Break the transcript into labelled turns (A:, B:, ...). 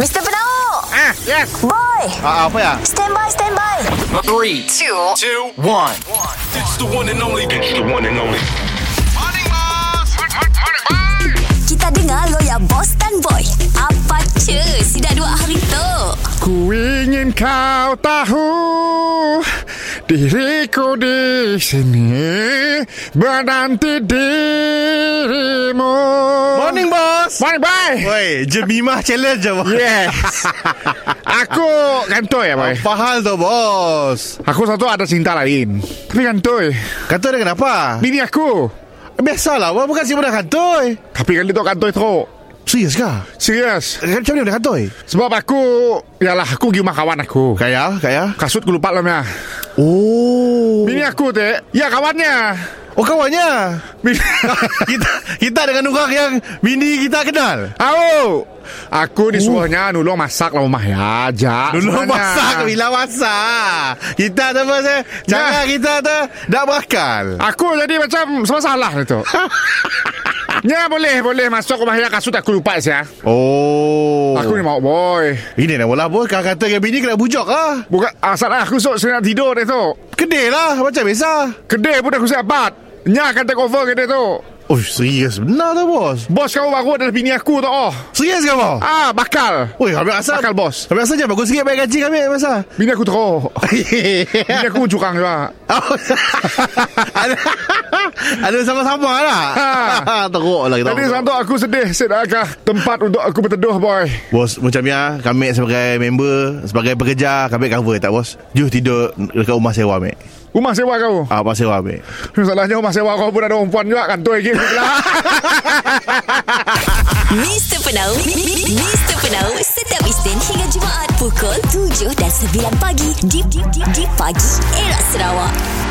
A: Mr. Penau
B: Ah, yes.
A: Boy
B: Ah, ah, apa ya?
A: Stand by, stand by
C: Three, two, two, one.
D: It's the one and only. It's the one and only.
A: Kita dengar lo ya Boss dan Boy Apa cu Si dah dua hari tu
E: Ku ingin kau tahu Diriku di sini Menanti dirimu
B: Morning, boss.
E: Morning bye
B: Woi, Jemimah challenge je, boss.
E: Yeah Aku kantoi ya boy
B: Apa hal tu, bos?
E: Aku satu ada cinta lain Tapi kantoi
B: Kantoi dia kenapa?
E: Bini aku
B: Biasalah, bos. Bukan si budak kantoi.
E: Tapi kali tu kantoi teruk
B: Serius kah?
E: Serius
B: Macam mana budak kantoi?
E: Sebab aku Yalah aku pergi rumah kawan aku
B: Kaya, kaya.
E: Kasut aku lupa namanya
B: Oh.
E: Bini aku teh Ya kawannya
B: Oh, kawannya.
E: Bini
B: kita kita dengan orang yang bini kita kenal.
E: Au Aku disuruhnya nulung masak lah rumah ya Ajak
B: Dulu
E: sebenarnya.
B: masak Bila masak Kita tu pasal Jangan kita tu Dah berakal
E: Aku jadi macam Semua salah itu Ya boleh boleh masuk rumah ya kasut aku lupa ya.
B: Oh
E: Aku ni mau boy.
B: Ini dah bola bos Kalau kata dengan bini Kena bujuk lah
E: Bukan asal lah aku sok saya nak tidur dia tu.
B: Kedai lah Macam biasa
E: Kedai pun aku siap bat. Nya akan take over kedai tu.
B: Oh serius benar tu bos
E: Bos kau baru adalah bini aku tu oh.
B: Serius ke bos
E: Ah bakal.
B: Oi, habis asal
E: Bakal bos.
B: Habis asal je bagus sikit Bayar gaji kami habis asal
E: Bini aku teruk. bini aku curang juga.
B: Oh, Ada Ada sama-sama lah
E: Ha.
B: Teruk lah kita
E: Tadi sebab tu aku sedih Saya dah agak tempat untuk aku berteduh boy
B: Bos macam ya Kami sebagai member Sebagai pekerja Kami cover tak bos Juh tidur Dekat rumah sewa mek
E: Rumah sewa kau
B: Ah, rumah sewa mek
E: Masalahnya rumah sewa kau pun ada perempuan juga Kantoi lagi lah
A: Mr. Penau Mr. Penau Setiap Isnin hingga Jumaat Pukul 7 dan 9 pagi Di, di, di, di pagi Era Sarawak